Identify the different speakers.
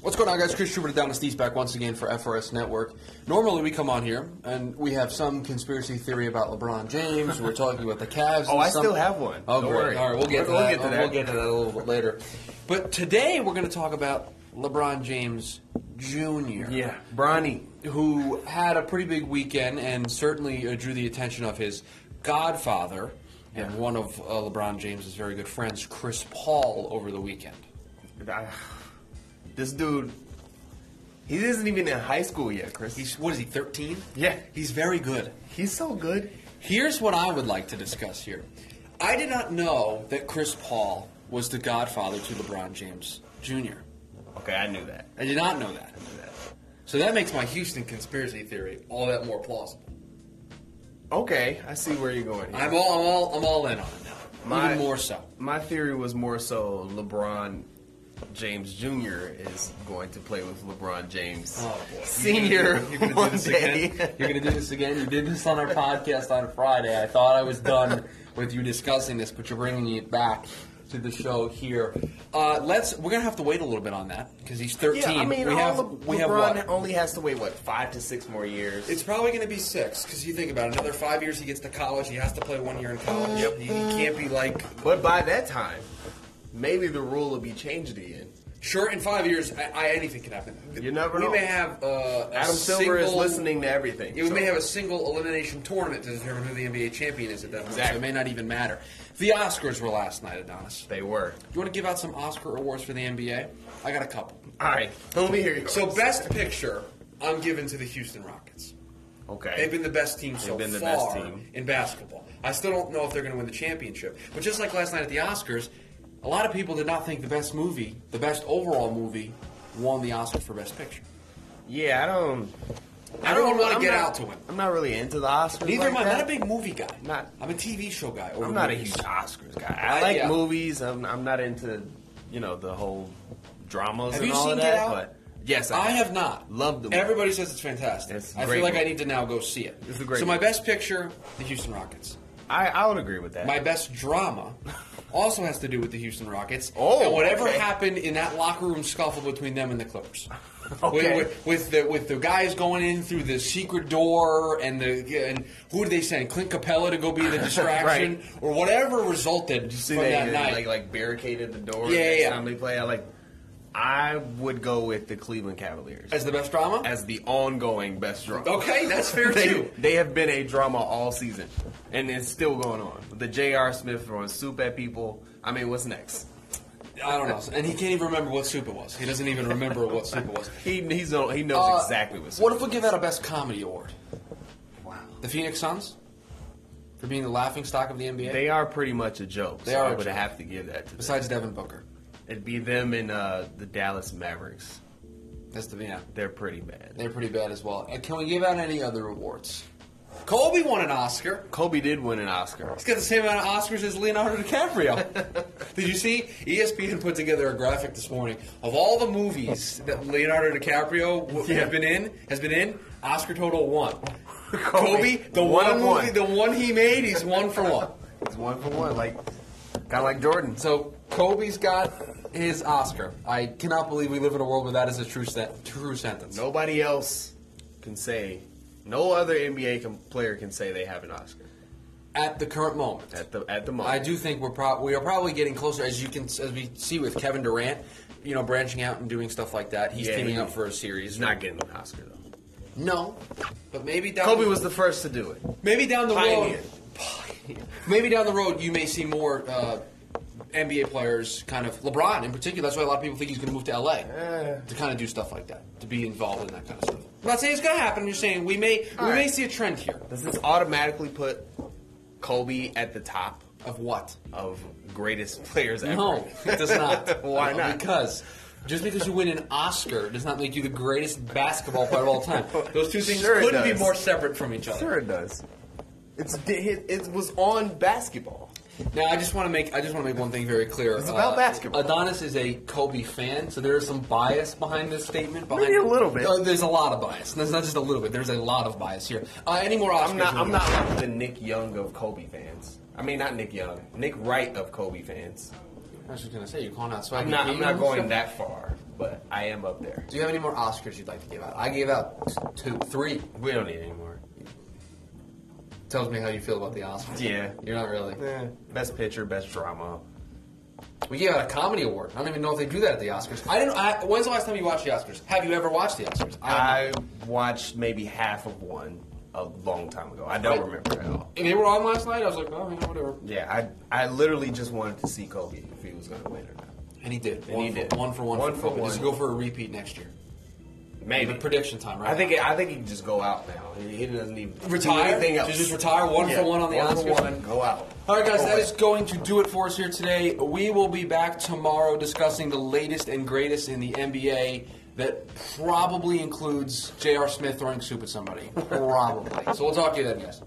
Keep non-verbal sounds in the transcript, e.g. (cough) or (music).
Speaker 1: What's going on, guys? Chris Schubert of Down Steez back once again for FRS Network. Normally, we come on here and we have some conspiracy theory about LeBron James. We're talking about the Cavs.
Speaker 2: Oh,
Speaker 1: and
Speaker 2: I
Speaker 1: some-
Speaker 2: still have one.
Speaker 1: Oh,
Speaker 2: Don't
Speaker 1: great.
Speaker 2: worry.
Speaker 1: All right, we'll get to
Speaker 2: We'll
Speaker 1: that.
Speaker 2: get to
Speaker 1: Oh,
Speaker 2: that.
Speaker 1: We'll get to that a little bit later. But today, we're going to talk about LeBron James Jr.
Speaker 2: Yeah, Bronny.
Speaker 1: who had a pretty big weekend and certainly uh, drew the attention of his godfather and
Speaker 2: Yeah.
Speaker 1: one of uh, LeBron James's very good friends, Chris Paul, over the weekend.
Speaker 2: I- This dude, he isn't even in high school yet, Chris.
Speaker 1: He's what is he? Thirteen.
Speaker 2: Yeah.
Speaker 1: he's very good.
Speaker 2: he's so good.
Speaker 1: Here's what I would like to discuss here. I did not know that Chris Paul was the godfather to LeBron James Jr.
Speaker 2: Okay, I knew that.
Speaker 1: I did not know that. So that makes my Houston conspiracy theory all that more plausible.
Speaker 2: Okay, I see where you're going. Here.
Speaker 1: I'm all, I'm all, I'm all in on it now.
Speaker 2: My-
Speaker 1: Even more so.
Speaker 2: My theory was more so LeBron James Jr. is going to play with LeBron James
Speaker 1: Oh,
Speaker 2: Senior
Speaker 1: You're gonna do
Speaker 2: one
Speaker 1: this
Speaker 2: day.
Speaker 1: again. You're gonna do this again. You did this on our podcast on Friday. I thought I was done with you discussing this, but you're bringing it back to the show here. Uh, let's. We're gonna have to wait a little bit on that because he's 13.
Speaker 2: (laughs) Yeah, I mean,
Speaker 1: we
Speaker 2: all
Speaker 1: have
Speaker 2: Le-
Speaker 1: we have
Speaker 2: LeBron
Speaker 1: what?
Speaker 2: only has to wait what five to six more years.
Speaker 1: It's probably going to be six because you think about it, another five years. He gets to college. He has to play one year in college.
Speaker 2: Yep.
Speaker 1: He, he can't be like
Speaker 2: but by that time, maybe the rule will be changed again.
Speaker 1: sure in five years. I, I anything can happen.
Speaker 2: You never
Speaker 1: we
Speaker 2: know.
Speaker 1: may have uh, a
Speaker 2: Adam Silver is
Speaker 1: single-
Speaker 2: listening to everything.
Speaker 1: Yeah, we
Speaker 2: so-
Speaker 1: may have a single elimination tournament to determine who the NBA champion is at that point. So
Speaker 2: Exactly.
Speaker 1: it may not even matter. The Oscars were last night, Adonis.
Speaker 2: (laughs) They were.
Speaker 1: You want to give out some Oscar awards for the NBA? I got a couple.
Speaker 2: All right, let me hear you.
Speaker 1: So, Best Picture, I'm giving to the Houston Rockets.
Speaker 2: Okay.
Speaker 1: They've been the best team so
Speaker 2: been the best
Speaker 1: far
Speaker 2: team.
Speaker 1: in basketball. I still don't know if they're going to win the championship. But just like last night at the Oscars, a lot of people did not think the best movie, the best overall movie, won the Oscar for Best Picture.
Speaker 2: yeah, I don't.
Speaker 1: I don't want to
Speaker 2: I'm
Speaker 1: get
Speaker 2: not-
Speaker 1: out to win.
Speaker 2: I'm not really into the Oscars.
Speaker 1: Neither
Speaker 2: like
Speaker 1: am I. I'm
Speaker 2: that.
Speaker 1: not a big movie guy.
Speaker 2: Not-
Speaker 1: I'm a TV show guy. over
Speaker 2: I'm not a
Speaker 1: movies.
Speaker 2: huge Oscars guy. I,
Speaker 1: I-
Speaker 2: like
Speaker 1: yeah.
Speaker 2: movies. I'm, I'm not into, you know, the whole dramas
Speaker 1: Have
Speaker 2: and
Speaker 1: you
Speaker 2: all
Speaker 1: seen
Speaker 2: of
Speaker 1: Get
Speaker 2: that.
Speaker 1: Out?
Speaker 2: But yes, I,
Speaker 1: I have not.
Speaker 2: Love the movie.
Speaker 1: Everybody says it's fantastic.
Speaker 2: It's a
Speaker 1: I
Speaker 2: great
Speaker 1: feel like I
Speaker 2: movie.
Speaker 1: need to now go see it.
Speaker 2: It's a great
Speaker 1: So my
Speaker 2: movie.
Speaker 1: best picture, the Houston Rockets.
Speaker 2: I, I would agree with that.
Speaker 1: My best drama also has to do with the Houston Rockets.
Speaker 2: Oh,
Speaker 1: and whatever
Speaker 2: okay.
Speaker 1: happened in that locker room scuffle between them and the
Speaker 2: (laughs)
Speaker 1: Clippers.
Speaker 2: Okay.
Speaker 1: With, with, with the with the guys going in through the secret door and the and who did they send? Clint Capella to go be
Speaker 2: (laughs)
Speaker 1: the distraction or whatever resulted
Speaker 2: See,
Speaker 1: from
Speaker 2: they,
Speaker 1: that
Speaker 2: they,
Speaker 1: night.
Speaker 2: like like barricaded the door.
Speaker 1: Yeah,
Speaker 2: next
Speaker 1: yeah.
Speaker 2: Time they play, I like. I would go with the Cleveland Cavaliers
Speaker 1: as the best drama?
Speaker 2: as the ongoing best drama.
Speaker 1: okay, that's fair
Speaker 2: (laughs) they,
Speaker 1: too.
Speaker 2: they have been a drama all season, and it's still going on. The J.R. Smith throwing soup at people. I mean, what's next?
Speaker 1: I don't know. And he can't even remember what soup it was. He doesn't even remember what soup
Speaker 2: (laughs)
Speaker 1: it was.
Speaker 2: He he's, no- he knows
Speaker 1: Uh,
Speaker 2: exactly what's
Speaker 1: What if we give out a best comedy award?
Speaker 2: wow.
Speaker 1: The Phoenix Suns? For being the laughing stock of the NBA?
Speaker 2: They are pretty much a joke.
Speaker 1: They
Speaker 2: so
Speaker 1: are
Speaker 2: I
Speaker 1: a
Speaker 2: would
Speaker 1: joke.
Speaker 2: have to give that to them.
Speaker 1: Besides Devin Booker.
Speaker 2: It'd be them and uh, the Dallas Mavericks.
Speaker 1: That's the yeah.
Speaker 2: They're pretty bad.
Speaker 1: They're pretty bad as well. And can we give out any other awards? Kobe won an Oscar.
Speaker 2: Kobe did win an Oscar.
Speaker 1: He's got the same amount of Oscars as Leonardo DiCaprio.
Speaker 2: (laughs)
Speaker 1: Did you see? E ESPN put together a graphic this morning of all the movies that Leonardo DiCaprio w-
Speaker 2: Yeah.
Speaker 1: has been in. Has been in Oscar total one.
Speaker 2: Kobe,
Speaker 1: (laughs) Kobe, the
Speaker 2: one
Speaker 1: one,
Speaker 2: of
Speaker 1: movie,
Speaker 2: one.
Speaker 1: the one he made, he's one for one.
Speaker 2: It's one for one, like kind of like Jordan.
Speaker 1: So Kobe's got his Oscar. I cannot believe we live in a world where that is a true set, true sentence.
Speaker 2: Nobody else can say. No other NBA can, player can say they have an Oscar
Speaker 1: At the current moment,
Speaker 2: at the at the moment.
Speaker 1: I do think we're pro- we are probably getting closer, as you can as we see with Kevin Durant, you know, branching out and doing stuff like that. He's
Speaker 2: Yeah,
Speaker 1: teaming
Speaker 2: he-
Speaker 1: up for a series.
Speaker 2: He's not getting an Oscar though.
Speaker 1: No, but maybe down
Speaker 2: Kobe was the first to do it.
Speaker 1: maybe down the
Speaker 2: pioneer.
Speaker 1: road. (laughs) maybe down the road, you may see more. Uh, NBA players, kind of LeBron in particular. That's why a lot of people think he's going to move to LA to kind of do stuff like that, to be involved in that kind of stuff. I'm not saying it's going to happen. I'm just saying we may we may
Speaker 2: right.
Speaker 1: see a trend here
Speaker 2: Does this automatically put Kobe at the top
Speaker 1: of what
Speaker 2: of greatest players ever?
Speaker 1: No, it does not.
Speaker 2: (laughs) Why not?
Speaker 1: Because just because you win an Oscar does not make you the greatest basketball player of all
Speaker 2: (laughs)
Speaker 1: time. Those two things
Speaker 2: Sure it
Speaker 1: couldn't be
Speaker 2: does.
Speaker 1: more separate from each other.
Speaker 2: Sure, it does. It's it, it was on basketball.
Speaker 1: Now, I just want to make I just want to make one thing very clear. Uh,
Speaker 2: It's about basketball.
Speaker 1: Adonis is a Kobe fan, so there is some bias behind this statement. Behind
Speaker 2: Maybe a little bit.
Speaker 1: Uh, there's a lot of bias. There's not just a little bit. There's a lot of bias here. Uh, any more Oscars?
Speaker 2: I'm not.
Speaker 1: you
Speaker 2: I'm
Speaker 1: want?
Speaker 2: not like the Nick Young of Kobe fans. I mean, not Nick Young. Nick Wright of Kobe fans.
Speaker 1: I was just gonna say you're calling out swag.
Speaker 2: I'm not. I'm not going that far. but I am up there.
Speaker 1: Do you have any more Oscars you'd like to give out? I gave out t- two, three.
Speaker 2: We don't need any more.
Speaker 1: Tells me how you feel about the Oscars.
Speaker 2: Yeah.
Speaker 1: You're not really.
Speaker 2: Eh, best picture, best drama.
Speaker 1: We gave out a comedy award. I don't even know if they do that at the Oscars. I didn't. I, when's the last time you watched the Oscars? Have you ever watched the Oscars? I don't know.
Speaker 2: I watched maybe half of one a long time ago. I don't
Speaker 1: Right.
Speaker 2: remember at all.
Speaker 1: And they were on last night. I was like, oh, yeah, whatever.
Speaker 2: Yeah, I I literally just wanted to see Kobe if he was gonna win or not.
Speaker 1: And he did.
Speaker 2: And
Speaker 1: one
Speaker 2: he
Speaker 1: for,
Speaker 2: did.
Speaker 1: One for one.
Speaker 2: One
Speaker 1: for
Speaker 2: for
Speaker 1: one. Just
Speaker 2: one.
Speaker 1: go for a repeat next year. The prediction time, right?
Speaker 2: I think I think he can just go out now. He he doesn't even do
Speaker 1: retire.
Speaker 2: anything else.
Speaker 1: Just, just retire one
Speaker 2: Yeah,
Speaker 1: for one on the
Speaker 2: one
Speaker 1: Oscars.
Speaker 2: For one, go out.
Speaker 1: All right, guys,
Speaker 2: Go
Speaker 1: that
Speaker 2: away.
Speaker 1: is going to do it for us here today. We will be back tomorrow discussing the latest and greatest in the NBA. That probably includes J.R. Smith throwing soup at somebody. Probably. so we'll talk to you then, guys.